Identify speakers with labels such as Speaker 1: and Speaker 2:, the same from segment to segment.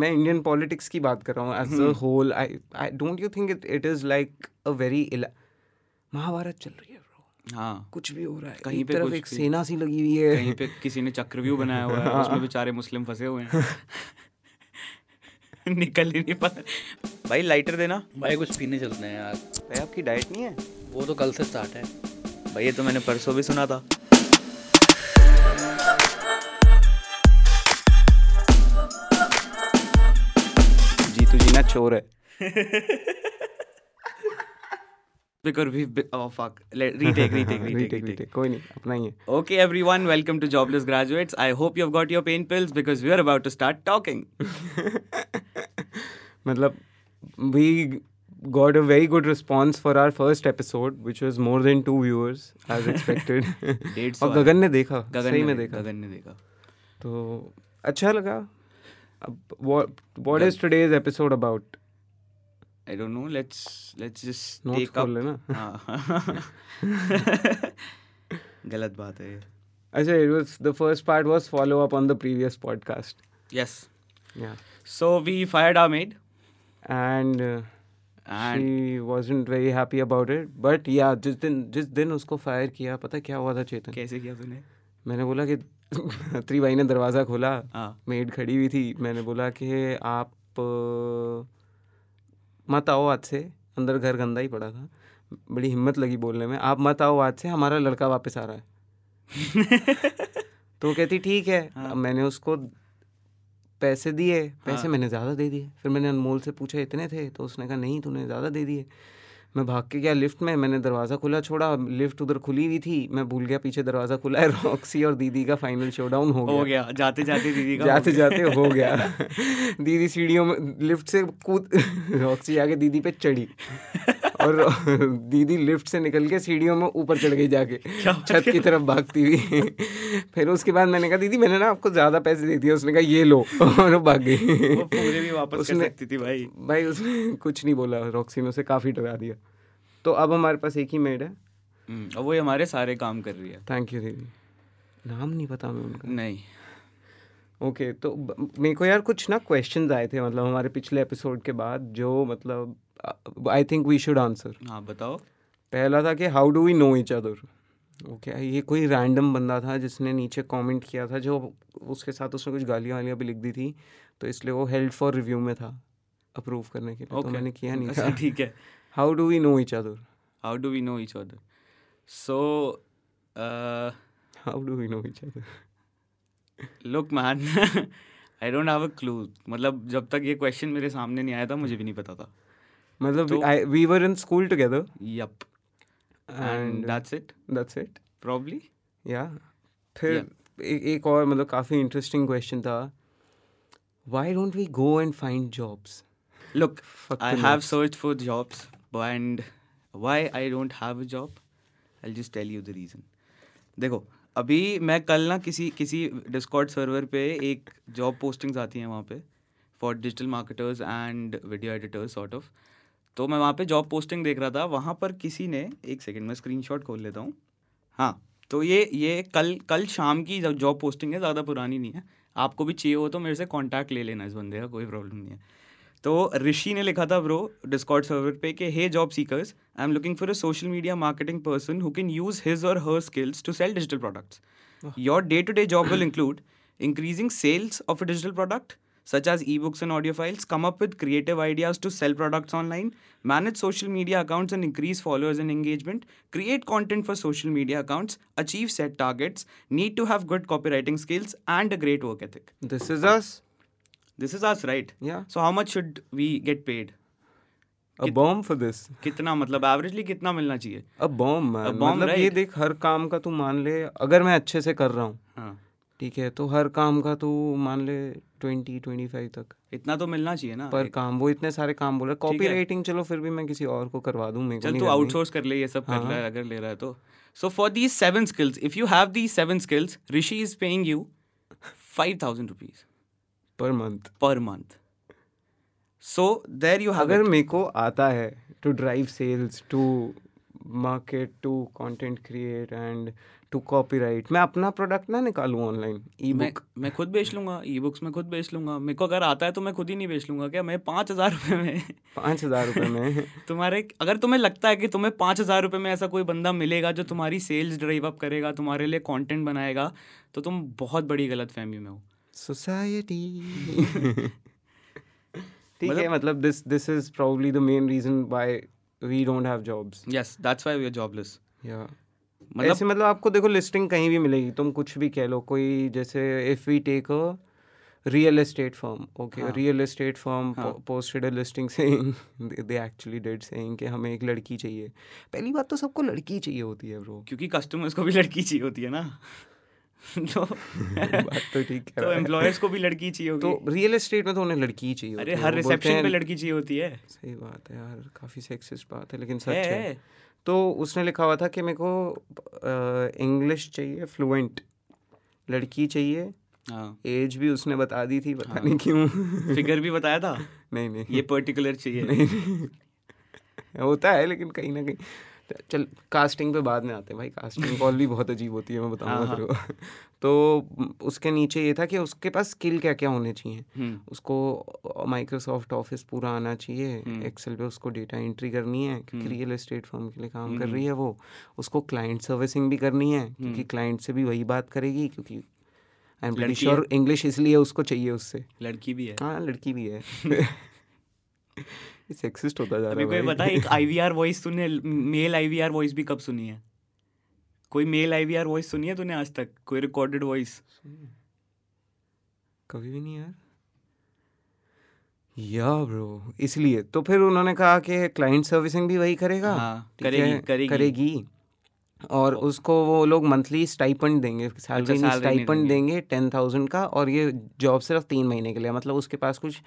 Speaker 1: मैं Indian politics की बात कर रहा हूँ as
Speaker 2: hmm.
Speaker 1: A whole I I don't you think it it is like a very Mahabharat चल रही है bro.
Speaker 2: हाँ
Speaker 1: कुछ भी हो रहा है
Speaker 2: कहीं
Speaker 1: एक
Speaker 2: पे
Speaker 1: तरफ
Speaker 2: कुछ
Speaker 1: एक
Speaker 2: भी।
Speaker 1: सेना सी लगी हुई है हाँ।
Speaker 2: कहीं पे किसी ने चक्रव्यूह बनाया हुआ है उसमें बेचारे मुस्लिम फंसे हुए हैं निकल ही नहीं पता भाई लाइटर देना
Speaker 3: भाई कुछ पीने चलते हैं यार
Speaker 2: भाई आपकी डाइट नहीं है
Speaker 3: वो तो कल से स्टार्ट है
Speaker 2: भाई ये तो मैंने परसों भी सुना था जीतू जी ना चोर है because we oh fuck retake retake retake
Speaker 1: retake retake कोई हाँ, नहीं अपना ही है
Speaker 2: Okay, everyone, welcome to Jobless Graduates. I hope you've got your pain pills because we're about to start talking.
Speaker 1: मतलब we got a very good response for our first episode which was more than two viewers as expected
Speaker 2: डेढ़ सौ
Speaker 1: और
Speaker 2: आया।
Speaker 1: गगन ने देखा
Speaker 2: गगन
Speaker 1: सही
Speaker 2: ने
Speaker 1: में
Speaker 2: दे-
Speaker 1: देखा
Speaker 2: गगन ने देखा
Speaker 1: तो अच्छा लगा अब what is today's episode about
Speaker 2: I don't know. Let's let's just
Speaker 1: notes
Speaker 2: take up.
Speaker 1: खोल लेना
Speaker 2: हाँ। गलत बात है
Speaker 1: अच्छा it was the first part was follow up on the previous podcast
Speaker 2: Yes.
Speaker 1: yeah
Speaker 2: So we fired our maid.
Speaker 1: and uh,
Speaker 2: And-
Speaker 1: she wasn't very happy about it but yeah जिस दिन जिस दिन उसको फायर किया पता क्या हुआ था चेतन
Speaker 2: कैसे किया तूने?
Speaker 1: मैंने बोला कि अत्री भाई ने दरवाज़ा खोला
Speaker 2: हाँ।
Speaker 1: मेड खड़ी हुई थी मैंने बोला कि आप अ, मत आओ आज से अंदर घर गंदा ही पड़ा था बड़ी हिम्मत लगी बोलने में आप मत आओ आज से हमारा लड़का वापस आ रहा है तो वो कहती ठीक है अब मैंने उसको पैसे दिए पैसे मैंने ज़्यादा दे दिए फिर मैंने अनमोल से पूछा इतने थे तो उसने कहा नहीं तूने ज़्यादा दे दिए मैं भाग के गया लिफ्ट में मैंने दरवाज़ा खुला छोड़ा लिफ्ट उधर खुली हुई थी मैं भूल गया पीछे दरवाज़ा खुला है रॉक्सी और दीदी का फाइनल शोडाउन हो
Speaker 2: हो
Speaker 1: गया
Speaker 2: गया जाते जाते दीदी का हो
Speaker 1: जाते
Speaker 2: गया।
Speaker 1: जाते हो गया दीदी सीढ़ियों में लिफ्ट से कूद रॉक्सी आके दीदी पे चढ़ी और दीदी लिफ्ट से निकल के सीढ़ियों में ऊपर चढ़ गई जाके छत की तरफ भागती हुई फिर उसके बाद मैंने कहा दीदी मैंने ना आपको ज़्यादा पैसे दे दिए उसने कहा ये लो और वो भाग गई
Speaker 2: वो पूरे भी वापस कर सकती थी भाई।
Speaker 1: भाई उसने कुछ नहीं बोला रॉक्सी ने उसे काफ़ी डरा दिया तो अब हमारे पास एक ही मेड है
Speaker 2: हम्म, और वो ये हमारे सारे काम कर रही है
Speaker 1: थैंक यू दीदी नाम नहीं पता मैं उनका
Speaker 2: नहीं
Speaker 1: ओके तो ब- मेरे को यार कुछ ना क्वेश्चंस आए थे मतलब हमारे पिछले एपिसोड के बाद जो मतलब I think we should answer
Speaker 2: हाँ बताओ
Speaker 1: पहला था कि how do we know each other okay ये कोई रैंडम बंदा था जिसने नीचे कमेंट किया था जो उसके साथ उसने कुछ गालियाँ वालियाँ भी लिख दी थी तो इसलिए वो हेल्ड फॉर रिव्यू में था अप्रूव करने के लिए तो
Speaker 2: Okay.
Speaker 1: मैंने किया नहीं
Speaker 2: अच्छा,
Speaker 1: था
Speaker 2: ठीक है
Speaker 1: how do we know each other
Speaker 2: how do we know each other so uh,
Speaker 1: how do we know each other
Speaker 2: look man I don't have a clue मतलब जब तक ये क्वेश्चन मेरे सामने नहीं आया था मुझे भी नहीं पता था तो
Speaker 1: मतलब we were in school together
Speaker 2: yup and that's it
Speaker 1: that's it
Speaker 2: probably
Speaker 1: या फिर ए- एक और मतलब काफ़ी इंटरेस्टिंग क्वेश्चन था why don't we go and find jobs
Speaker 2: look
Speaker 1: Fuck
Speaker 2: I
Speaker 1: the
Speaker 2: have search for jobs and why I don't have a job I just tell you the reason देखो अभी मैं कल ना किसी किसी डिस्कॉर्ड सर्वर पे एक जॉब पोस्टिंग्स आती हैं वहाँ पे for digital marketers and video editors sort of तो मैं वहाँ पे जॉब पोस्टिंग देख रहा था वहाँ पर किसी ने एक सेकंड मैं स्क्रीनशॉट खोल लेता हूँ हाँ तो ये ये कल कल शाम की जॉब पोस्टिंग है ज़्यादा पुरानी नहीं है आपको भी चाहिए हो तो मेरे से कांटेक्ट ले लेना इस बंदे का कोई प्रॉब्लम नहीं है तो ऋषि ने लिखा था ब्रो डिस्कॉर्ड सर्वर पे कि hey job seekers I am looking for a social media marketing person who can use his or her skills to sell digital products your day to day job will include increasing sales of a digital product such as ebooks and audio files, come up with creative ideas to sell products online, manage social media accounts and increase followers and engagement, create content for social media accounts, achieve set targets, need to have good copywriting skills, and a great work ethic.
Speaker 1: This is us
Speaker 2: This is us, right?
Speaker 1: Yeah.
Speaker 2: So, how much should we get paid?
Speaker 1: A bomb for this
Speaker 2: कितना मतलब averagely कितना मिलना चाहिए
Speaker 1: a bomb
Speaker 2: A bomb,
Speaker 1: मतलब ये
Speaker 2: right?
Speaker 1: देख हर काम का तू मान ले अगर मैं अच्छे से कर रहा हूँ
Speaker 2: हाँ
Speaker 1: ठीक है तो हर काम का तू मान ले ट्वेंटी ट्वेंटी फाइव तक
Speaker 2: इतना तो मिलना चाहिए ना
Speaker 1: पर काम वो इतने सारे काम बोल रहे कॉपी राइटिंग चलो फिर भी मैं किसी और को करवा दूँ मेरे को
Speaker 2: चल
Speaker 1: नहीं हाँ,
Speaker 2: तू
Speaker 1: करनी।
Speaker 2: आउटसोर्स कर ले ये सब कर रहा है अगर ले रहा है तो so for these seven skills if you have these seven skills Rishi is paying you five thousand rupees
Speaker 1: per month
Speaker 2: per month. So there you have
Speaker 1: अगर
Speaker 2: it.
Speaker 1: मेरे को आता है to drive sales to market to content create and to copyright मैं अपना product ना निकालूं online ई
Speaker 2: मैं मैं खुद बेच लूंगा ई बुक्स में खुद बेच लूंगा मेरे को अगर आता है तो मैं खुद ही नहीं बेच लूंगा क्या मैं पाँच हज़ार रुपये में
Speaker 1: पाँच हजार रुपये में
Speaker 2: तुम्हारे अगर तुम्हें लगता है कि तुम्हें पाँच हज़ार रुपये में ऐसा कोई बंदा मिलेगा जो तुम्हारी सेल्स ड्राइव अप करेगा तुम्हारे लिए कंटेंट बनाएगा तो तुम बहुत बड़ी गलत फहमी में हो
Speaker 1: सोसाइटी ठीक है मतलब this this is probably the main reason why we don't have jobs
Speaker 2: yes that's why we are jobless
Speaker 1: yeah मतलब
Speaker 2: मतलब
Speaker 1: ऐसे मतलब आपको देखो लिस्टिंग कहीं भी मिलेगी तुम कुछ भी कह लो कोई जैसे if we take a real estate firm
Speaker 2: हाँ।
Speaker 1: Okay real estate firm posted a listing saying they actually did saying कि हमें एक लड़की चाहिए पहली बात तो सबको लड़की चाहिए होती है ब्रो
Speaker 2: क्योंकि कस्टमर्स को भी लड़की चाहिए होती है ना तो
Speaker 1: बात तो ठीक है
Speaker 2: तो एम्प्लॉयर्स को भी लड़की चाहिए होगी
Speaker 1: तो रियल एस्टेट में तो उन्हें लड़की ही चाहिए
Speaker 2: अरे
Speaker 1: होती है, वो
Speaker 2: हर
Speaker 1: बोलते
Speaker 2: रिसेप्शन
Speaker 1: हैं-
Speaker 2: पे लड़की चाहिए होती है
Speaker 1: सही बात है यार काफ़ी सेक्सिस्ट बात है लेकिन सच
Speaker 2: है,
Speaker 1: है,
Speaker 2: है।
Speaker 1: तो उसने लिखा हुआ था कि मेरे को इंग्लिश चाहिए फ्लुएंट लड़की चाहिए
Speaker 2: हाँ
Speaker 1: एज भी उसने बता दी थी पता नहीं क्यों
Speaker 2: फिगर भी बताया था
Speaker 1: नहीं नहीं
Speaker 2: ये पर्टिकुलर चाहिए
Speaker 1: नहीं, नहीं। होता है लेकिन कहीं ना कहीं चल कास्टिंग पे बाद में आते हैं भाई कास्टिंग कॉल भी बहुत अजीब होती है मैं बताऊंगा तेरे को तो उसके नीचे ये था कि उसके पास स्किल क्या क्या होने चाहिए
Speaker 2: हम्म,
Speaker 1: उसको माइक्रोसॉफ्ट ऑफिस पूरा आना चाहिए
Speaker 2: हम्म।
Speaker 1: एक्सेल पे उसको डेटा एंट्री करनी है क्योंकि रियल एस्टेट फर्म के लिए
Speaker 2: हम्म।
Speaker 1: काम कर रही है वो उसको क्लाइंट सर्विसिंग भी करनी है क्योंकि क्लाइंट से भी वही बात करेगी क्योंकि आई एम
Speaker 2: लड़की
Speaker 1: श्योर इंग्लिश इसलिए उसको चाहिए उससे
Speaker 2: लड़की भी है
Speaker 1: हाँ लड़की भी है ये सेक्सिस्ट होता जा
Speaker 2: अभी
Speaker 1: रहा
Speaker 2: कोई
Speaker 1: है
Speaker 2: बता
Speaker 1: भाई।
Speaker 2: एक आईवीआर वॉइस तूने मेल आईवीआर वॉइस भी कब सुनी है कोई मेल आईवीआर वॉइस सुनी है तूने आज तक कोई रिकॉर्डेड वॉइस
Speaker 1: कभी भी नहीं यार या ब्रो इसलिए तो फिर उन्होंने कहा कि क्लाइंट सर्विसिंग भी वही करेगा
Speaker 2: हाँ,
Speaker 1: ठीक
Speaker 2: करेगी,
Speaker 1: है?
Speaker 2: करेगी। तो
Speaker 1: करेगी और उसको वो लोग मंथली स्टाइपेंड देंगे सैलरी
Speaker 2: salary नहीं
Speaker 1: स्टाइपेंड
Speaker 2: देंगे।
Speaker 1: देंगे टेन थाउजेंड का और ये जॉब सिर्फ तीन महीने के लिए मतलब उसके पास कुछ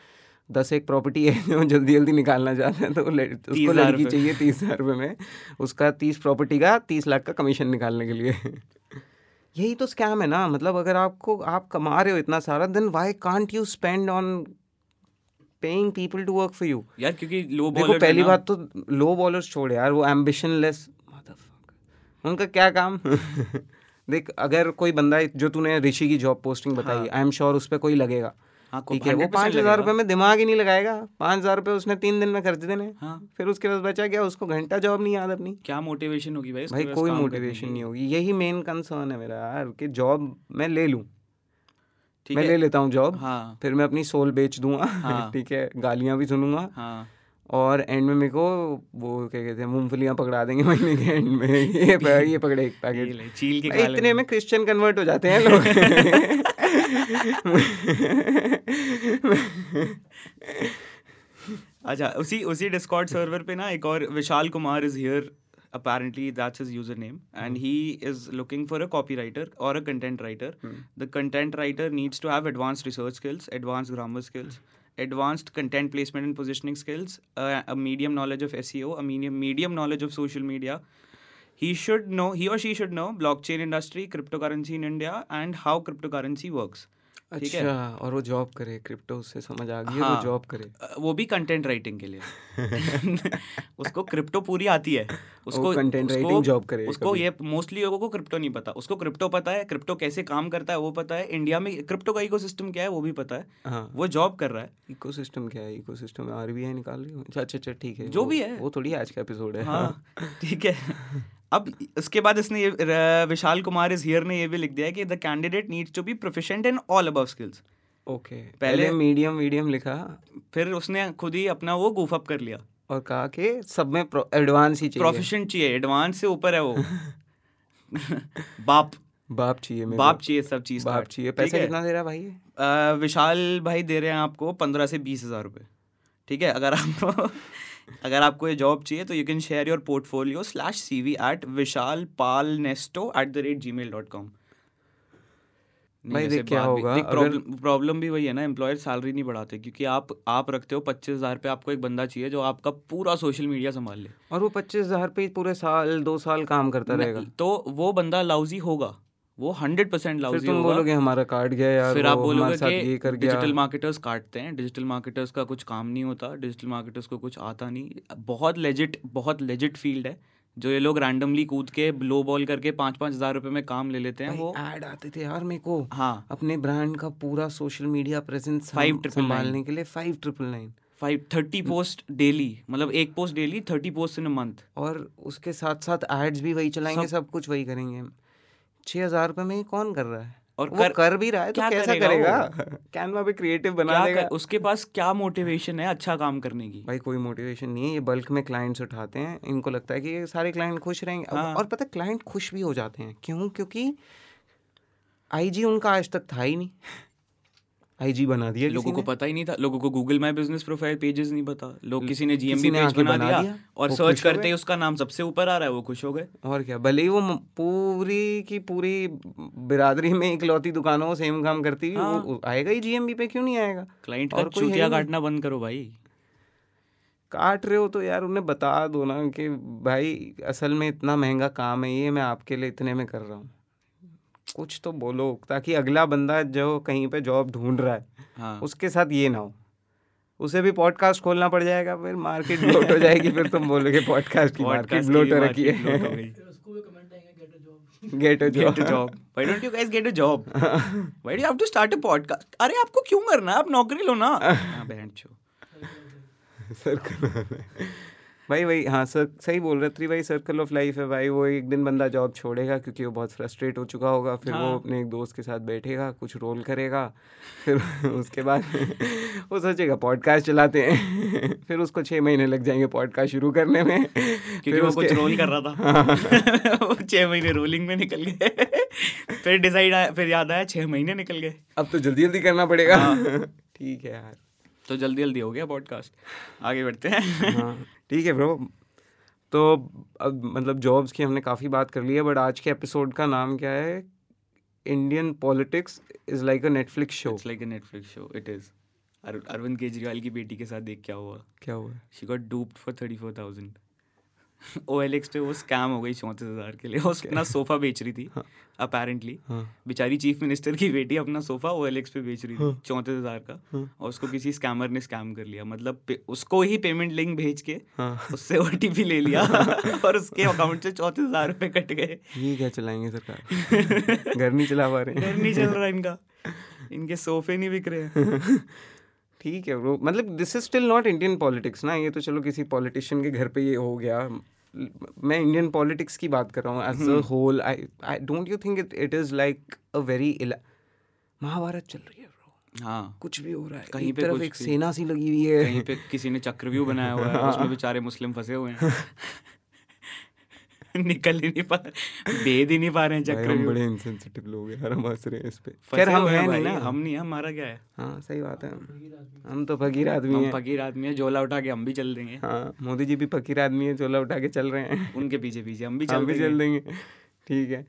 Speaker 1: दस एक प्रॉपर्टी है जो जल्दी जल्दी निकालना चाहते हैं तो वो लड़- उसको
Speaker 2: 30,000
Speaker 1: लड़की
Speaker 2: रुपए।
Speaker 1: चाहिए तीस हज़ार रुपये में उसका तीस प्रॉपर्टी का तीस लाख का कमीशन निकालने के लिए यही तो स्कैम है ना मतलब अगर आपको आप कमा रहे हो इतना सारा then why can't you spend on paying people to work for you
Speaker 2: यार क्योंकि लो
Speaker 1: देखो
Speaker 2: बॉलर
Speaker 1: पहली बात तो लो बॉलर्स छोड़ यार वो एम्बिशन लेस उनका क्या काम देख अगर कोई बंदा है, जो तूने ऋषि की जॉब पोस्टिंग बताई आई एम श्योर उस पर कोई लगेगा
Speaker 2: हाँ, को-
Speaker 1: ठीक है वो
Speaker 2: 100%
Speaker 1: पाँच
Speaker 2: लगेगा।
Speaker 1: हजार रुपये में दिमाग ही नहीं लगाएगा पाँच हजार रुपये उसने तीन दिन में खर्च देने
Speaker 2: हाँ।
Speaker 1: फिर उसके पास बचा क्या उसको घंटा जॉब नहीं याद अपनी
Speaker 2: क्या मोटिवेशन होगी भाई उसके
Speaker 1: भाई
Speaker 2: पास
Speaker 1: कोई
Speaker 2: काम करने
Speaker 1: मोटिवेशन
Speaker 2: की?
Speaker 1: नहीं होगी यही मेन कंसर्न है मेरा यार कि जॉब मैं ले लूँ
Speaker 2: ठीक
Speaker 1: मैं
Speaker 2: है
Speaker 1: ले लेता हूँ जॉब
Speaker 2: हाँ
Speaker 1: फिर मैं अपनी सोल बेच दूंगा
Speaker 2: हाँ।
Speaker 1: ठीक है गालियाँ भी सुनूंगा
Speaker 2: हाँ
Speaker 1: और एंड में मेरे को वो क्या कहते हैं मूंगफलियां पकड़ा देंगे महीने के एंड में ये प- ये पकड़े एक
Speaker 2: ये
Speaker 1: पैकेट
Speaker 2: ले, चील के
Speaker 1: भाई,
Speaker 2: खा ले।
Speaker 1: इतने में क्रिश्चियन कन्वर्ट हो जाते हैं लोग
Speaker 2: अच्छा उसी उसी डिस्कॉर्ड सर्वर पे ना एक और Vishal Kumar is here apparently that's his username and
Speaker 1: हाँ।
Speaker 2: he is looking for a copywriter or a content writer the content writer needs to have advanced research skills advanced grammar skills advanced content placement and positioning skills uh, a medium knowledge of seo a medium medium knowledge of social media he should know he or she should know blockchain industry cryptocurrency in india and how cryptocurrency works ठीक है?
Speaker 1: अच्छा और वो job करे crypto से समझ आ गई है वो
Speaker 2: हाँ।
Speaker 1: जॉब करे
Speaker 2: अ, वो भी कंटेंट राइटिंग के लिए उसको क्रिप्टो पूरी आती है उसको
Speaker 1: content
Speaker 2: उसको-
Speaker 1: writing job करेगा
Speaker 2: उसको
Speaker 1: कभी।
Speaker 2: ये मोस्टली लोगों को क्रिप्टो नहीं पता उसको क्रिप्टो पता है क्रिप्टो कैसे काम करता है वो पता है इंडिया में क्रिप्टो का इकोसिस्टम क्या है वो भी पता है
Speaker 1: हाँ।
Speaker 2: वो जॉब कर रहा है
Speaker 1: इकोसिस्टम क्या है इकोसिस्टम आरबीआई निकाल रही हो अच्छा अच्छा अच्छा, ठीक है
Speaker 2: जो
Speaker 1: वो-
Speaker 2: भी है।
Speaker 1: वो थोड़ी आज का एपिसोड है
Speaker 2: हाँ ठीक है अब उसके बाद इसने ये र- विशाल कुमार इज हियर ने ये भी लिख दिया है कि the candidate needs to be proficient in all above skills
Speaker 1: okay पहले मीडियम मीडियम लिखा
Speaker 2: फिर उसने खुद ही अपना वो goof up कर लिया
Speaker 1: और कहा कि सब में एडवांस ही चाहिए
Speaker 2: प्रोफिशिएंट चाहिए एडवांस से ऊपर है वो बाप
Speaker 1: बाप चाहिए मेरे
Speaker 2: बाप
Speaker 1: को।
Speaker 2: चाहिए सब चीज
Speaker 1: बाप चाहिए पैसा कितना दे रहा है भाई ये?
Speaker 2: विशाल भाई दे रहे हैं आपको पंद्रह से बीस हजार रुपये ठीक है अगर आपको अगर आपको ये जॉब चाहिए तो you can share your portfolio slash C V at Vishal Pal nesto at the rate ji mail dot com
Speaker 1: भाई, देख क्या होगा, अगर-
Speaker 2: प्रॉब्लम प्रॉब्लम भी वही है ना एम्प्लॉयर सैलरी नहीं बढ़ाते क्योंकि आप आप रखते हो पच्चीस हज़ार पे आपको एक बंदा चाहिए जो आपका पूरा सोशल मीडिया संभाल ले
Speaker 1: और वो पच्चीस हजार पे ही पूरे साल दो साल काम करता रहेगा
Speaker 2: तो वो बंदा लाउजी होगा वो हंड्रेड परसेंट
Speaker 1: फिर
Speaker 2: लाउजी
Speaker 1: तुम
Speaker 2: होगा
Speaker 1: बोलोगे हमारा कार्ड गया यार
Speaker 2: फिर आप
Speaker 1: वो हमारे साथ
Speaker 2: बोलोगे
Speaker 1: ये
Speaker 2: कि
Speaker 1: कर गया
Speaker 2: डिजिटल मार्केटर्स काटते हैं डिजिटल मार्केटर्स का कुछ काम नहीं होता डिजिटल मार्केटर्स को कुछ आता नहीं बहुत लेजिट बहुत लेजिट फील्ड है जो ये लोग रैंडमली कूद के लो बॉल करके पाँच पाँच हज़ार रुपये में काम ले लेते हैं वो
Speaker 1: ऐड आते थे यार मेरे को
Speaker 2: हाँ
Speaker 1: अपने ब्रांड का पूरा सोशल मीडिया प्रेजेंस
Speaker 2: 599
Speaker 1: संभालने के लिए five triple nine
Speaker 2: five thirty post daily मतलब एक post daily thirty post in a month
Speaker 1: और उसके साथ साथ एड्स भी वही चलाएंगे सब कुछ वही करेंगे हम छः हजार रुपये में ये कौन कर रहा है
Speaker 2: और
Speaker 1: वो
Speaker 2: कर-
Speaker 1: कर भी रहा है तो
Speaker 2: क्या
Speaker 1: कैसा
Speaker 2: करेगा
Speaker 1: करेगा
Speaker 2: वो?
Speaker 1: कैनवा पे क्रिएटिव बना
Speaker 2: क्या
Speaker 1: देगा
Speaker 2: कर, उसके पास क्या मोटिवेशन है अच्छा काम करने की
Speaker 1: भाई कोई मोटिवेशन नहीं है ये बल्क में क्लाइंट्स उठाते हैं इनको लगता है कि ये सारे क्लाइंट खुश रहेंगे अब- और पता क्लाइंट खुश भी हो जाते हैं क्यों क्योंकि आईजी उनका आज तक था ही नहीं आईजी बना दिया
Speaker 2: लोगों को पता ही नहीं था लोगों को Google my business profile pages नहीं पता लोग किसी ने
Speaker 1: किसी
Speaker 2: जीएमबी
Speaker 1: ने
Speaker 2: पेज
Speaker 1: आके
Speaker 2: बना
Speaker 1: बना
Speaker 2: दिया
Speaker 1: दिया,
Speaker 2: और
Speaker 1: वो
Speaker 2: सर्च
Speaker 1: खुश हो
Speaker 2: करते
Speaker 1: गए।
Speaker 2: ही उसका नाम सबसे ऊपर आ रहा है वो खुश हो गए
Speaker 1: और क्या भले ही वो म- पूरी की पूरी बिरादरी में इकलौती दुकानों को सेम काम करती हुई वो- वो आएगा ही जीएमबी पे क्यों नहीं आएगा
Speaker 2: क्लाइंट का
Speaker 1: और कोई है
Speaker 2: चूतिया
Speaker 1: ही नहीं।
Speaker 2: काटना बंद करो भाई
Speaker 1: काट रहे हो तो यार उन्हें बता दो ना कि भाई असल में इतना महंगा काम है ये मैं आपके लिए इतने में कर रहा हूँ कुछ तो बोलो ताकि अगला बंदा जो कहीं पे जॉब ढूंढ रहा है
Speaker 2: हाँ
Speaker 1: उसके साथ ये ना हो उसे भी पॉडकास्ट खोलना पड़ जाएगा फिर मार्केट ब्लोट हो जाएगी फिर तुम बोलोगे पॉडकास्ट की मार्केट ब्लोट हो रखी है gate
Speaker 2: get job why don't you guys get a job why do have to start a podcast अरे आपको क्यों करना है आप नौकरी लो ना हाँ, बहनचोद।
Speaker 1: सर्कल भाई भाई हाँ सर सही बोल रहे त्री भाई सर्कल ऑफ लाइफ है भाई वो एक दिन बंदा जॉब छोड़ेगा क्योंकि वो बहुत फ्रस्ट्रेट हो चुका होगा फिर
Speaker 2: हाँ।
Speaker 1: वो अपने एक दोस्त के साथ बैठेगा कुछ रोल करेगा फिर उसके बाद वो सोचेगा पॉडकास्ट चलाते हैं फिर उसको छः महीने लग जाएंगे पॉडकास्ट शुरू करने में
Speaker 2: क्योंकि वो कुछ रोल कर रहा था
Speaker 1: हाँ।
Speaker 2: वो छह महीने रोलिंग में निकल गए फिर डिसाइड आया फिर याद आया छह महीने निकल गए
Speaker 1: अब तो जल्दी जल्दी करना पड़ेगा
Speaker 2: हाँ।
Speaker 1: ठीक है यार
Speaker 2: तो जल्दी जल्दी हो गया पॉडकास्ट आगे बढ़ते हैं
Speaker 1: हाँ, ठीक है ब्रो तो अब मतलब जॉब्स की हमने काफ़ी बात कर ली है बट आज के एपिसोड का नाम क्या है Indian politics is like a Netflix show
Speaker 2: it's like a Netflix show it is Arvind Kejriwal की बेटी के साथ देख क्या हुआ
Speaker 1: क्या हुआ है?
Speaker 2: She got duped for thirty four thousand O L x पे वो स्कैम हो गई चौंतीस हज़ार के लिए वो अपना सोफ़ा बेच रही थी अपेरेंटली
Speaker 1: हाँ।
Speaker 2: बेचारी चीफ मिनिस्टर की बेटी अपना सोफ़ा ओ एल एक्स पे बेच रही थी चौंतीस हज़ार का
Speaker 1: हाँ,
Speaker 2: और उसको किसी स्कैमर ने स्कैम कर लिया मतलब पे- उसको ही पेमेंट लिंक भेज के
Speaker 1: हाँ.
Speaker 2: उससे ओ ले लिया और उसके अकाउंट से चौंतीस हज़ार रुपये कट गए
Speaker 1: ये क्या चलाएंगे सरकार घर नहीं चला पा रहे
Speaker 2: घर
Speaker 1: हैं।
Speaker 2: नहीं चल रहा इनका इनके सोफे नहीं बिक रहे हैं
Speaker 1: ठीक है ब्रो मतलब this is still not Indian politics ना ये तो चलो किसी पॉलिटिशियन के घर पे ये हो गया मैं इंडियन पॉलिटिक्स की बात कर रहा हूँ as a whole I I don't you think it it is like a very Mahabharat चल रही है ब्रो
Speaker 2: हाँ
Speaker 1: कुछ भी हो रहा है
Speaker 2: कहीं
Speaker 1: एक
Speaker 2: पे
Speaker 1: तरफ
Speaker 2: कुछ
Speaker 1: एक
Speaker 2: भी।
Speaker 1: सेना सी लगी हुई है हाँ।
Speaker 2: कहीं पे किसी ने चक्रव्यूह बनाया हुआ है उसमें बेचारे मुस्लिम फंसे हुए हैं निकल ही नहीं पा भेद ही नहीं पा रहे हैं
Speaker 1: भाई, हम
Speaker 2: चक्रव्यूह
Speaker 1: बड़े इनसेंसिटिव लोग हैं यार हम हंस रहे हैं इस पे
Speaker 2: फंसे
Speaker 1: खैर हम
Speaker 2: हुए
Speaker 1: हैं नहीं
Speaker 2: भाई,
Speaker 1: ना
Speaker 2: हम नहीं हैं, हमारा क्या है
Speaker 1: हाँ सही बात है हम तो फकीर आदमी
Speaker 2: हम
Speaker 1: हैं
Speaker 2: फकीर आदमी है झोला उठा के हम भी चल देंगे
Speaker 1: हाँ मोदी जी भी फकीर आदमी है झोला उठा के चल रहे हैं
Speaker 2: उनके पीछे पीछे हम भी
Speaker 1: हम
Speaker 2: चल
Speaker 1: भी
Speaker 2: देंगे
Speaker 1: चल देंगे ठीक है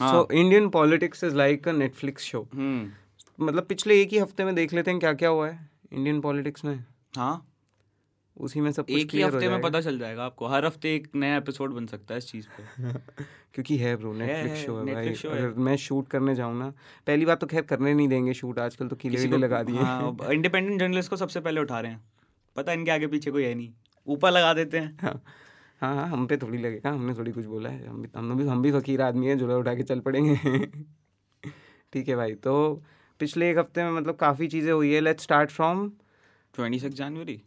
Speaker 2: हाँ।
Speaker 1: So Indian politics is like a Netflix show
Speaker 2: hmm
Speaker 1: मतलब पिछले एक ही हफ्ते में देख लेते हैं क्या क्या हुआ है इंडियन पॉलिटिक्स में
Speaker 2: हाँ
Speaker 1: उसी में सब कुछ
Speaker 2: एक ही
Speaker 1: clear हो
Speaker 2: हफ्ते में
Speaker 1: जाएगा।
Speaker 2: पता चल जाएगा आपको हर हफ्ते एक नया एपिसोड बन सकता है इस चीज़ पे
Speaker 1: क्योंकि है ब्रो नेटफ्लिक्स
Speaker 2: है,
Speaker 1: शो है भाई
Speaker 2: Netflix show है।
Speaker 1: अगर मैं शूट करने जाऊँ ना पहली बात तो खैर करने नहीं देंगे शूट आजकल तो किले विले लगा दिए
Speaker 2: हाँ, इंडिपेंडेंट जर्नलिस्ट को सबसे पहले उठा रहे हैं पता है इनके आगे पीछे कोई है नहीं ऊपर लगा देते हैं
Speaker 1: हाँ हाँ हाँ, हम पे थोड़ी लगेगा हमने थोड़ी कुछ बोला है हम भी हम भी हम भी फकीर आदमी हैं झूला उठा के चल पड़ेंगे ठीक है भाई तो पिछले एक हफ्ते में मतलब काफ़ी चीज़ें हुई है let's start from
Speaker 2: twenty six January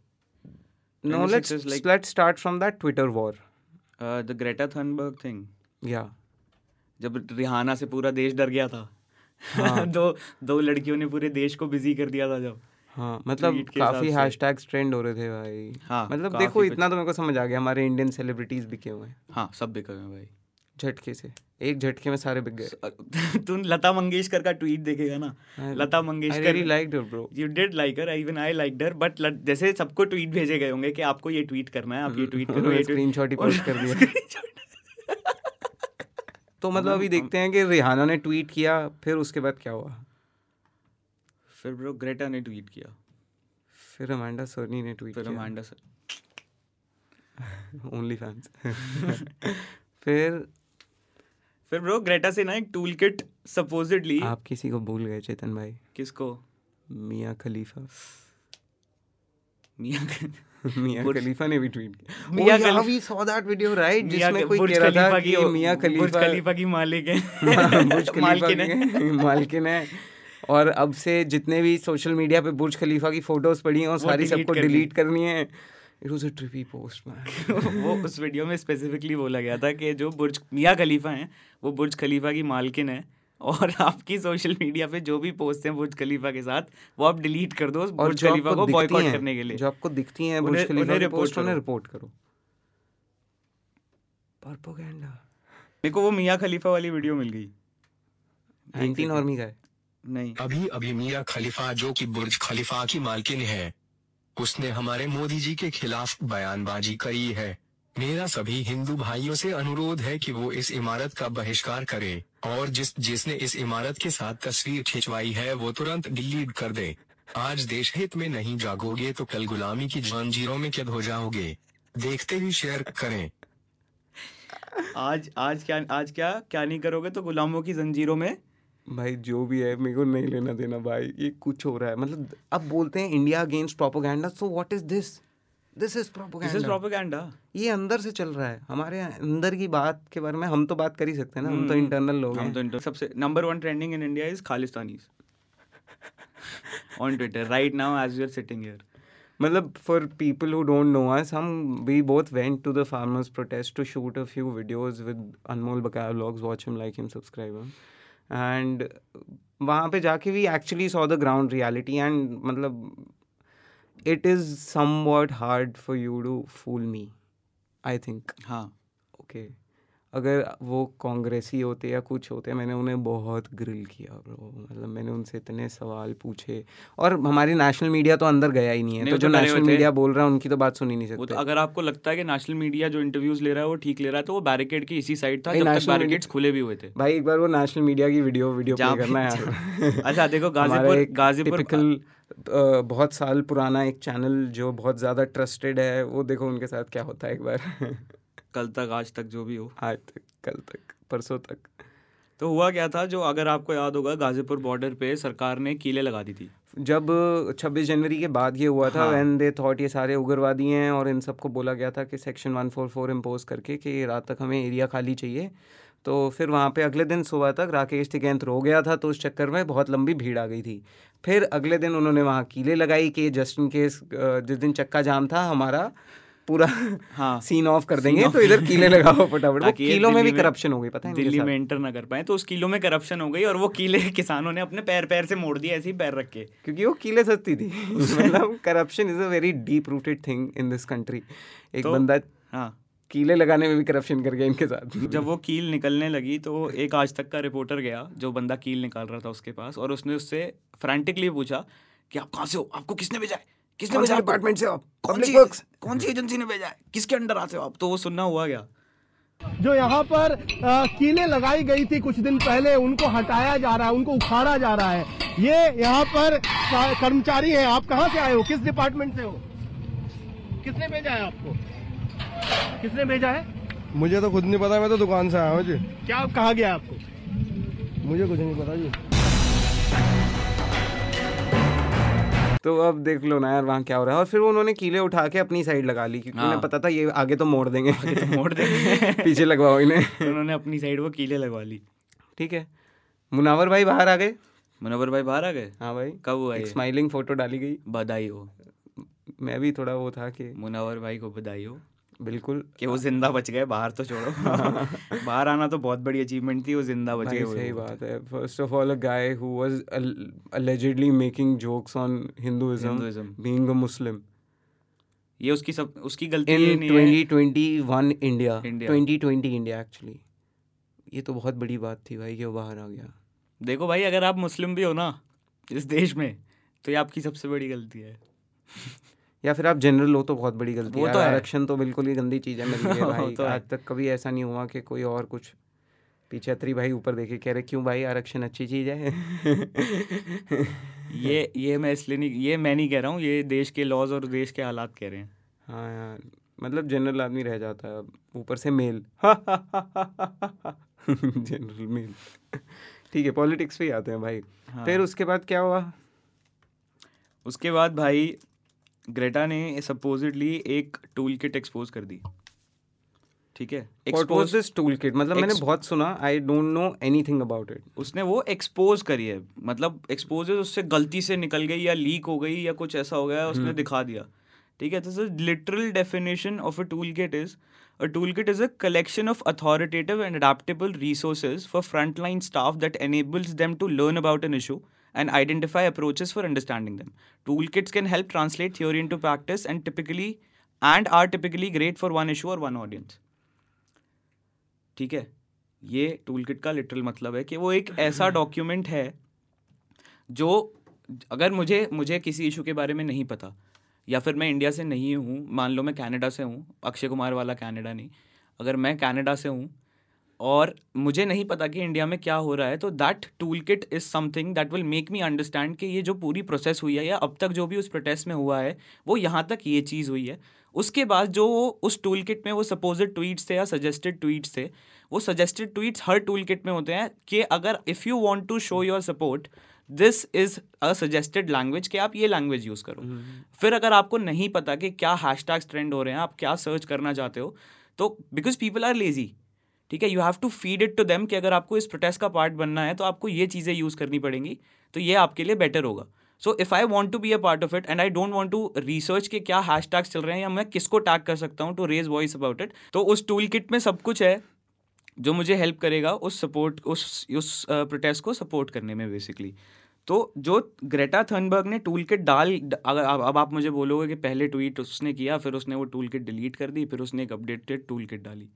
Speaker 1: no
Speaker 2: 26
Speaker 1: let's
Speaker 2: is like- uh,
Speaker 1: let's start from that Twitter war
Speaker 2: the Greta Thunberg thing
Speaker 1: या
Speaker 2: जब रिहाना से पूरा देश डर गया था दो दो लड़कियों ने पूरे देश को बिजी कर दिया था जब
Speaker 1: हाँ मतलब
Speaker 2: Tweet के हिसाब
Speaker 1: काफ़ी
Speaker 2: से।
Speaker 1: हैशटैग्स ट्रेंड हो रहे थे भाई
Speaker 2: हाँ,
Speaker 1: मतलब
Speaker 2: काफी
Speaker 1: देखो
Speaker 2: कुछ।
Speaker 1: इतना तो मेरे को समझ आ गया हमारे इंडियन सेलिब्रिटीज़ बिके हुए हैं
Speaker 2: हाँ सब बिक गए भाई
Speaker 1: झटके से एक झटके में सारे बिक गए
Speaker 2: अ- तू लता मंगेशकर का ट्वीट देखेगा ना
Speaker 1: I-
Speaker 2: Lata
Speaker 1: I
Speaker 2: Mangeshkar
Speaker 1: really like bro
Speaker 2: you did like her even I like her but जैसे सबको ट्वीट भेजे गए होंगे कि आपको ये ट्वीट करना है आप ये ट्वीट करो ये
Speaker 1: स्क्रीनशॉट ही पोस्ट कर दिया तो मतलब अभी देखते हैं कि रिहाना ने ट्वीट किया फिर उसके बाद क्या हुआ
Speaker 2: फिर ब्रो ग्रेटा ने ट्वीट किया
Speaker 1: फिर अमांडा सोनी ने ट्वीट
Speaker 2: फिर
Speaker 1: किया
Speaker 2: अमांडा सर
Speaker 1: ओनली फैंस फिर
Speaker 2: फिर ब्रो ग्रेटा से ना एक टूल किट सपोजिडली
Speaker 1: आप किसी को भूल गए चेतन भाई
Speaker 2: किसको
Speaker 1: मियाँ खलीफा
Speaker 2: मियाँ
Speaker 1: मियां
Speaker 2: बुर्ज-
Speaker 1: खलीफा ने भी ट्वीट किया Oh,
Speaker 2: मियां
Speaker 1: मियां खलीफा
Speaker 2: खली-
Speaker 1: we saw that video right
Speaker 2: Mia
Speaker 1: जिसमें
Speaker 2: ख-
Speaker 1: कोई
Speaker 2: बुर्ज
Speaker 1: कह रहा था
Speaker 2: खलीफा
Speaker 1: कि
Speaker 2: वो-
Speaker 1: मियां
Speaker 2: बुर्ज
Speaker 1: खलीफा हाँ,
Speaker 2: खलीफा की मालिक है
Speaker 1: बुर्ज खलीफा
Speaker 2: मालकिन है
Speaker 1: के मालकिन है और अब से जितने भी सोशल मीडिया पे बुर्ज खलीफा की फोटोज पड़ी हैं वो
Speaker 2: वो
Speaker 1: सारी
Speaker 2: delete
Speaker 1: सबको
Speaker 2: करनी।
Speaker 1: डिलीट करनी है it was a trippy post man
Speaker 2: वो उस वीडियो में स्पेसिफिकली बोला गया था कि जो बुर्ज मियाँ खलीफा हैं वो बुर्ज खलीफा की मालकिन है और आपकी सोशल मीडिया पे जो भी पोस्ट हैं बुर्ज खलीफा के साथ वो आप डिलीट कर दो उस
Speaker 1: और
Speaker 2: बुर्ज
Speaker 1: जो
Speaker 2: खलीफा
Speaker 1: आपको
Speaker 2: को
Speaker 1: दिखती
Speaker 2: बॉयकॉट
Speaker 1: हैं-
Speaker 2: करने के लिए
Speaker 1: जो आपको दिखती हैं बुर्ज
Speaker 2: उन्हें-
Speaker 1: खलीफा
Speaker 2: उन्हें
Speaker 1: की
Speaker 2: report
Speaker 1: पोस्ट उन्हें
Speaker 2: करो।
Speaker 1: रिपोर्ट करो प्रोपेगेंडा
Speaker 2: मेरे को वो मियाँ खलीफा वाली वीडियो मिल गई
Speaker 1: 19 आर्मी का है
Speaker 2: नहीं
Speaker 4: अभी अभी मियां खलीफा जो कि बुर्ज खलीफा की मालकिन है उसने हमारे मोदी जी के खिलाफ बयानबाजी करी है मेरा सभी हिंदू भाइयों से अनुरोध है कि वो इस इमारत का बहिष्कार करे और जिस जिसने इस इमारत के साथ तस्वीर खिंचवाई है वो तुरंत डिलीट कर दे आज देश हित में नहीं जागोगे तो कल गुलामी की जंजीरों में कैद हो जाओगे देखते ही शेयर करें
Speaker 2: आज आज क्या आज क्या क्या नहीं करोगे तो गुलामों की जंजीरों में
Speaker 1: भाई जो भी है मेरे को नहीं लेना देना भाई ये कुछ हो रहा है मतलब अब बोलते हैं India against propaganda so what is this this is
Speaker 2: this is
Speaker 1: propaganda
Speaker 2: propaganda
Speaker 1: ये अंदर से चल रहा है हमारे अंदर की बात के बारे में हम तो बात कर ही सकते हैं ना हम तो इंटरनल लोग
Speaker 2: हम
Speaker 1: हैं
Speaker 2: तो inter- सबसे number one trending in India is Khalistanis on Twitter right now as you are sitting here
Speaker 1: मतलब for people who don't know us हम we both went to the farmers protest to shoot a few videos with Anmol Bakaya vlogs watch him like him subscribe him and वहाँ पे जाके we actually saw the ground reality and मतलब it is somewhat hard for you to fool me I think
Speaker 2: हाँ
Speaker 1: okay अगर वो कांग्रेसी होते या कुछ होते मैंने उन्हें बहुत ग्रिल किया ब्रो मतलब मैंने उनसे इतने सवाल पूछे और हमारे नेशनल मीडिया तो अंदर गया ही नहीं है
Speaker 2: नहीं,
Speaker 1: तो
Speaker 2: वो
Speaker 1: जो
Speaker 2: तो डरे
Speaker 1: नेशनल
Speaker 2: हुए थे।
Speaker 1: मीडिया बोल रहा है उनकी तो बात सुन ही नहीं
Speaker 2: वो तो
Speaker 1: सकते
Speaker 2: अगर आपको लगता है कि नेशनल मीडिया जो इंटरव्यूज ले रहा है वो ठीक ले रहा है तो वो बैरिकेड की इसी साइड था
Speaker 1: नहीं,
Speaker 2: जब तक
Speaker 1: national
Speaker 2: बैरिकेड्स
Speaker 1: media-
Speaker 2: खुले भी हुए थे
Speaker 1: भाई एक बार वो नेशनल मीडिया की वीडियो वीडियो
Speaker 2: जहाँ
Speaker 1: प्ले
Speaker 2: पे-
Speaker 1: करना
Speaker 2: जहाँ-
Speaker 1: है
Speaker 2: अच्छा, देखो, गाजीपुर- गाजीपुर-
Speaker 1: टिपिकल बहुत साल पुराना एक चैनल जो बहुत ज़्यादा ट्रस्टेड है वो देखो उनके साथ क्या होता है एक बार
Speaker 2: कल तक आज तक जो भी हो
Speaker 1: आज तक कल तक परसों तक
Speaker 2: तो हुआ क्या था जो अगर आपको याद होगा गाजीपुर बॉर्डर पे सरकार ने कीले लगा दी थी
Speaker 1: जब 26 जनवरी के बाद ये हुआ था
Speaker 2: हाँ।
Speaker 1: वैन दे थॉट ये सारे उग्रवादी हैं और इन सबको बोला गया था कि सेक्शन 144 इम्पोज करके कि रात तक हमें एरिया खाली चाहिए तो फिर वहाँ पे अगले दिन सुबह तक राकेश टिकैंत रो गया था तो उस चक्कर में बहुत लंबी भीड़ आ गई थी फिर अगले दिन उन्होंने वहाँ कीले लगाई कि जस्ट इन केस जिस दिन चक्का जाम था हमारा पूरा
Speaker 2: हाँ।
Speaker 1: सीन ऑफ कर देंगे
Speaker 2: off।
Speaker 1: तो इधर कीले लगाओ फटाफट वो
Speaker 2: ताकि ये
Speaker 1: कीलों में भी
Speaker 2: दिल्ली
Speaker 1: करप्शन हो गई पता है इनके
Speaker 2: दिल्ली
Speaker 1: साथ।
Speaker 2: में एंटर ना कर पाए तो उस किलो में करप्शन हो गई और वो कीले किसानों ने अपने पैर पैर से मोड़ दिए ऐसे ही पैर रख के
Speaker 1: क्योंकि वो कीले सस्ती थी मतलब corruption is a very deep rooted thing in this country एक
Speaker 2: तो-
Speaker 1: बंदा
Speaker 2: हाँ
Speaker 1: कीले लगाने में भी करप्शन कर गया इनके साथ
Speaker 2: जब वो कील निकलने लगी तो एक आज तक का रिपोर्टर गया जो बंदा कील निकाल रहा था उसके पास और उसने उससे फ्रैंटिकली पूछा कि आप कहाँ से हो आपको किसने भेजा है किसने
Speaker 1: कौन से
Speaker 2: भेजा आपको?
Speaker 1: डिपार्टमेंट से हो आप?
Speaker 2: कौन
Speaker 1: Public
Speaker 2: सी
Speaker 1: works?
Speaker 2: कौन सी एजेंसी ने भेजा है किसके अंडर आते हो आप तो वो सुनना हुआ गया
Speaker 5: जो यहाँ पर अ, कीलें लगाई गई थी कुछ दिन पहले उनको हटाया जा रहा है उनको उखाड़ा जा रहा है ये यहाँ पर का- कर्मचारी हैं आप कहाँ से आए हो किस डिपार्टमेंट से हो किसने भेजा है आपको किसने भेजा है
Speaker 6: मुझे तो खुद नहीं पता मैं तो दुकान से आया हूँ जी
Speaker 5: क्या कहा गया आपको
Speaker 6: मुझे कुछ नहीं पता जी
Speaker 1: तो अब देख लो ना यार वहाँ क्या हो रहा है और फिर वो उन्होंने कीले उठा के अपनी साइड लगा ली क्योंकि
Speaker 2: हाँ।
Speaker 1: उन्हें पता था ये आगे तो मोड़ देंगे
Speaker 2: तो मोड़ देंगे।
Speaker 1: पीछे लगवाओ इन्हें
Speaker 2: तो उन्होंने अपनी साइड वो कीले लगवा ली
Speaker 1: ठीक है मुनावर भाई बाहर आ गए
Speaker 2: मनोहर भाई बाहर आ गए
Speaker 1: हाँ भाई
Speaker 2: कब हुआ ये
Speaker 1: स्माइलिंग फोटो डाली गई
Speaker 2: बधाई हो
Speaker 1: मैं भी थोड़ा वो था कि
Speaker 2: मुनावर भाई को बधाई हो
Speaker 1: बिल्कुल
Speaker 2: कि वो जिंदा बच गए बाहर तो छोड़ो बाहर आना तो बहुत बड़ी अचीवमेंट थी वो जिंदा बच गए
Speaker 1: भाई
Speaker 2: वो
Speaker 1: सही
Speaker 2: लोग।
Speaker 1: बात है first of all a guy who was allegedly making jokes on hinduism
Speaker 2: Hinduism.
Speaker 1: Being a Muslim
Speaker 2: ये उसकी सब उसकी गलती ये
Speaker 1: इन
Speaker 2: नहीं है
Speaker 1: 2021 इंडिया
Speaker 2: India.
Speaker 1: 2020 इंडिया एक्चुअली ये तो बहुत बड़ी बात थी भाई कि वो बाहर आ गया
Speaker 2: देखो भाई अगर आप मुस्लिम भी हो ना इस देश में तो ये आपकी सबसे बड़ी गलती है
Speaker 1: या फिर आप जनरल हो तो बहुत बड़ी गलती
Speaker 2: वो
Speaker 1: है
Speaker 2: तो है।
Speaker 1: आरक्षण तो बिल्कुल ही गंदी चीज़ है मेरे लिए
Speaker 2: वो
Speaker 1: भाई
Speaker 2: तो है।
Speaker 1: आज तक कभी ऐसा नहीं हुआ कि कोई और कुछ पीछे अत्री भाई ऊपर देखे कह रहे क्यों भाई आरक्षण अच्छी चीज़ है
Speaker 2: ये ये मैं इसलिए नहीं ये मैं नहीं कह रहा हूँ ये देश के लॉज और देश के हालात कह रहे हैं
Speaker 1: हाँ यार मतलब जनरल आदमी रह जाता है अब ऊपर से मेल जनरल मेल ठीक है पॉलिटिक्स पे
Speaker 2: हाँ।
Speaker 1: ही आते हैं भाई फिर उसके बाद क्या हुआ
Speaker 2: उसके बाद भाई ग्रेटा ने सपोजिटली एक टूल किट एक्सपोज कर दी ठीक है
Speaker 1: What was
Speaker 2: expose
Speaker 1: this toolkit? मतलब मैंने
Speaker 2: Ex-
Speaker 1: बहुत सुना I don't know anything about it
Speaker 2: उसने वो एक्सपोज करी है मतलब एक्सपोज उससे गलती से निकल गई या लीक हो गई या कुछ ऐसा हो गया उसने दिखा दिया ठीक है this is literal definition of a toolkit is a toolkit is a collection of authoritative and adaptable resources for frontline staff that enables them to learn about an issue and identify approaches for understanding them. Toolkits can help translate theory into practice and typically and are typically great for one issue or one audience. ठीक है ये toolkit का literal मतलब है कि वो एक ऐसा डॉक्यूमेंट है जो अगर मुझे मुझे किसी इशू के बारे में नहीं पता या फिर मैं इंडिया से नहीं हूँ मान लो मैं कनाडा से हूँ अक्षय कुमार वाला कनाडा नहीं अगर मैं कनाडा से हूँ और मुझे नहीं पता कि इंडिया में क्या हो रहा है तो that tool kit is something that will make me understand कि ये जो पूरी प्रोसेस हुई है या अब तक जो भी उस प्रोटेस्ट में हुआ है वो यहाँ तक ये चीज़ हुई है उसके बाद जो वो उस टूल किट में वो सपोजेड ट्वीट्स थे या सजेस्टेड ट्वीट्स थे वो सजेस्टेड ट्वीट्स हर टूल किट में होते हैं कि अगर if you want to show your support this is a suggested language कि आप ये लैंग्वेज यूज़ करो फिर अगर आपको नहीं पता कि क्या हैश ट्रेंड हो रहे हैं आप क्या सर्च करना चाहते हो तो बिकॉज पीपल आर लेजी ठीक है you have to feed it to them कि अगर आपको इस प्रोटेस्ट का पार्ट बनना है तो आपको ये चीज़ें यूज़ करनी पड़ेंगी तो ये आपके लिए बेटर होगा so if I want to be a part of it and I don't want to research के क्या हैश चल रहे हैं या मैं किसको टैग कर सकता हूँ to raise voice about it तो उस टूल किट में सब कुछ है जो मुझे हेल्प करेगा उस सपोर्ट उस उस प्रोटेस्ट को सपोर्ट करने में बेसिकली तो जो ग्रेटा थनबर्ग ने टूल किट डाल ड- अगर अब अब आप मुझे बोलोगे कि पहले ट्वीट उसने किया फिर उसने वो टूल किट डिलीट कर दी फिर उसने एक अपडेटेड टूल किट डाली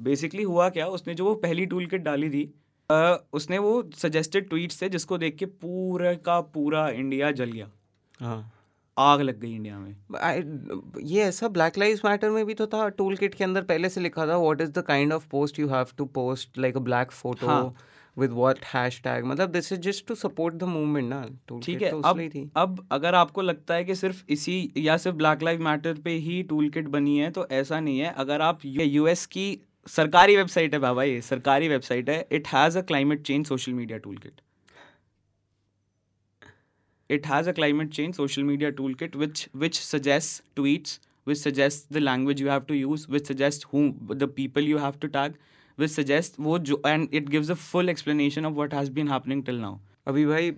Speaker 2: बेसिकली हुआ क्या उसने जो वो पहली टूल किट डाली थी अ, उसने वो सजेस्टेड ट्वीट्स थे जिसको देख के पूरा का पूरा इंडिया जल गया
Speaker 1: हाँ
Speaker 2: आग लग गई इंडिया में
Speaker 1: ये ऐसा ब्लैक लाइव मैटर में भी तो था टूल किट के अंदर पहले से लिखा था what is the kind of post you have to post like a black photo
Speaker 2: हाँ।
Speaker 1: विद व्हाट हैशटैग मतलब this is just to support the movement ना टूल
Speaker 2: ठीक है
Speaker 1: तो
Speaker 2: अब
Speaker 1: उसलिए थी
Speaker 2: अब अगर आपको लगता है कि सिर्फ इसी या सिर्फ ब्लैक लाइव मैटर पे ही टूल किट बनी है तो ऐसा नहीं है अगर आप यूएस की सरकारी वेबसाइट है बाबा ये सरकारी वेबसाइट है it has a climate change social media tool kit it has a climate change social media toolkit which which suggests tweets which suggests the language you have to use which suggests whom the people you have to tag which suggests wo jo, and it gives a full explanation of what has been happening till now
Speaker 1: अभी भाई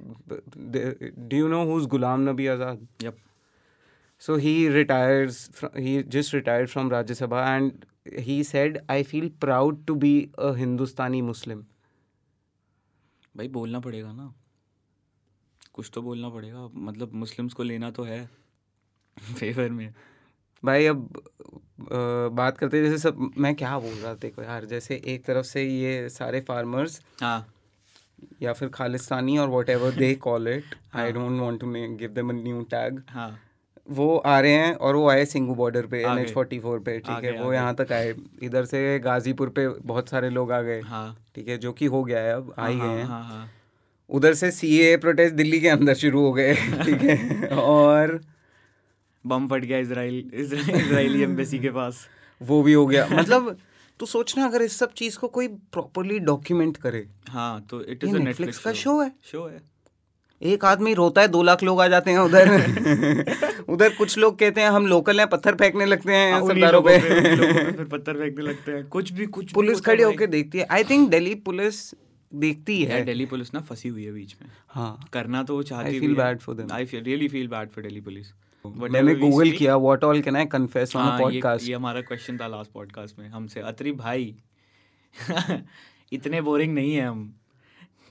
Speaker 1: do you know who is Ghulam Nabi Azad
Speaker 2: yep
Speaker 1: So he retires. From, he just retired from Rajya Sabha, and he said, "I feel proud to be a Hindustani Muslim."
Speaker 2: भाई बोलना पड़ेगा ना कुछ तो बोलना पड़ेगा मतलब मुस्लिम्स को लेना तो है फेवर में
Speaker 1: भाई अब अ, बात करते हैं जैसे सब मैं क्या बोल रहा था देखो यार जैसे एक तरफ से ये सारे फार्मर्स
Speaker 2: हाँ
Speaker 1: या फिर खालिस्तानी और whatever they call it I don't want to give them a new tag
Speaker 2: हाँ
Speaker 1: वो आ रहे हैं और वो आए सिंगू बॉर्डर पे
Speaker 2: आ
Speaker 1: एन
Speaker 2: गए।
Speaker 1: एच फोर्टी फोर पे
Speaker 2: आ
Speaker 1: ठीक
Speaker 2: गए,
Speaker 1: है
Speaker 2: आ
Speaker 1: वो
Speaker 2: गए।
Speaker 1: यहाँ तक आए इधर से गाजीपुर पे बहुत सारे लोग आ गए
Speaker 2: हाँ
Speaker 1: ठीक है जो कि हो गया है अब आ ही गए हैं
Speaker 2: हाँ हाँ
Speaker 1: उधर से सी ए प्रोटेस्ट दिल्ली के अंदर शुरू हो गए ठीक है और
Speaker 2: बम फट गया इसराइल इसराइली एम्बेसी के पास
Speaker 1: वो भी हो गया मतलब तो सोचना अगर इस सब चीज को कोई प्रॉपरली डॉक्यूमेंट करे
Speaker 2: हाँ तो इट
Speaker 1: ये
Speaker 2: इज
Speaker 1: Netflix का show है।
Speaker 2: शो है हाँ,
Speaker 1: एक आदमी रोता है दो लाख लोग आ जाते हैं उधर उधर कुछ लोग कहते हैं हम लोकल हैं पत्थर फेंकने लगते हैं
Speaker 2: हाँ, उन्हीं
Speaker 1: सरदारों
Speaker 2: लोगों
Speaker 1: पे
Speaker 2: पे- उन्हीं लोगों पे फिर पत्थर फेंकने लगते हैं कुछ भी कुछ भी
Speaker 1: पुलिस
Speaker 2: होता है
Speaker 1: खड़ी
Speaker 2: भाई।
Speaker 1: होकर देखती है आई थिंक दिल्ली पुलिस देखती
Speaker 2: यार
Speaker 1: है
Speaker 2: दिल्ली पुलिस ना फंसी हुई है बीच में
Speaker 1: हाँ
Speaker 2: करना तो वो चाहती
Speaker 1: I feel bad for them.
Speaker 2: I feel really feel bad for Delhi police
Speaker 1: मैंने गूगल किया what all can I confess on
Speaker 2: podcast
Speaker 1: podcast
Speaker 2: हाँ, ये हमारा क्वेश्चन था लास्ट पॉडकास्ट में हमसे अतरी भाई इतने बोरिंग नहीं है हम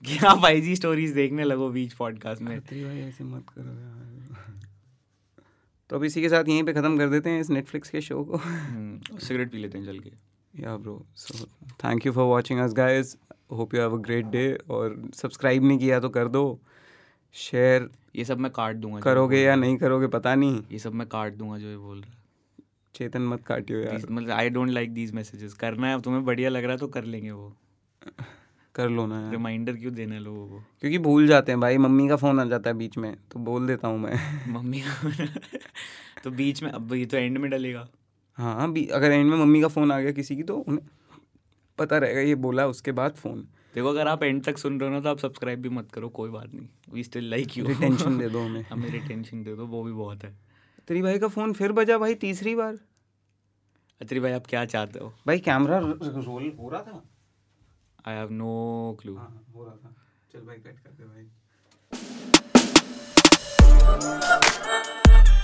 Speaker 2: कि आप आईजी स्टोरीज देखने लगो बीच पॉडकास्ट में
Speaker 1: ऐसे मत करो यार तो अब इसी के साथ यहीं पे खत्म कर देते हैं इस नेटफ्लिक्स के शो को
Speaker 2: हम्म, सिगरेट पी लेते हैं चल के
Speaker 1: या bro so thank you for watching us guys hope you have a great day और सब्सक्राइब नहीं किया तो कर दो शेयर
Speaker 2: ये सब मैं काट दूंगा जो
Speaker 1: करोगे
Speaker 2: बोल
Speaker 1: या
Speaker 2: रहा
Speaker 1: नहीं करोगे पता नहीं
Speaker 2: है। ये सब मैं काट दूंगा जो ये बोल रहा है
Speaker 1: चेतन मत काटियो
Speaker 2: These-
Speaker 1: यार
Speaker 2: मतलब I don't like these messages करना है अब तुम्हें बढ़िया लग रहा है तो कर लेंगे वो
Speaker 1: कर लो ना यार
Speaker 2: रिमाइंडर क्यों देना है लोगों को
Speaker 1: क्योंकि भूल जाते हैं भाई मम्मी का फ़ोन आ जाता है बीच में तो बोल देता हूँ मैं
Speaker 2: मम्मी का तो बीच में अब ये तो एंड में डलेगा
Speaker 1: हाँ भी अगर एंड में मम्मी का फ़ोन आ गया किसी की तो उन्हें पता रहेगा ये बोला उसके बाद फ़ोन
Speaker 2: देखो अगर आप एंड तक सुन रहे हो ना तो आप सब्सक्राइब भी मत करो कोई बात नहीं वी स्टिल लाइक यू हाँ,
Speaker 1: Retention दे दो हमें।
Speaker 2: हमें रिटेंशन दे दो वो भी बहुत है
Speaker 1: तेरी भाई का फ़ोन फिर बजा भाई तीसरी बार
Speaker 2: अतरी भाई आप क्या चाहते हो
Speaker 1: भाई कैमरा रोल हो रहा था हाँ,
Speaker 2: आई हैव नो क्लू
Speaker 1: हो रहा था चल भाई कट कर दे भाई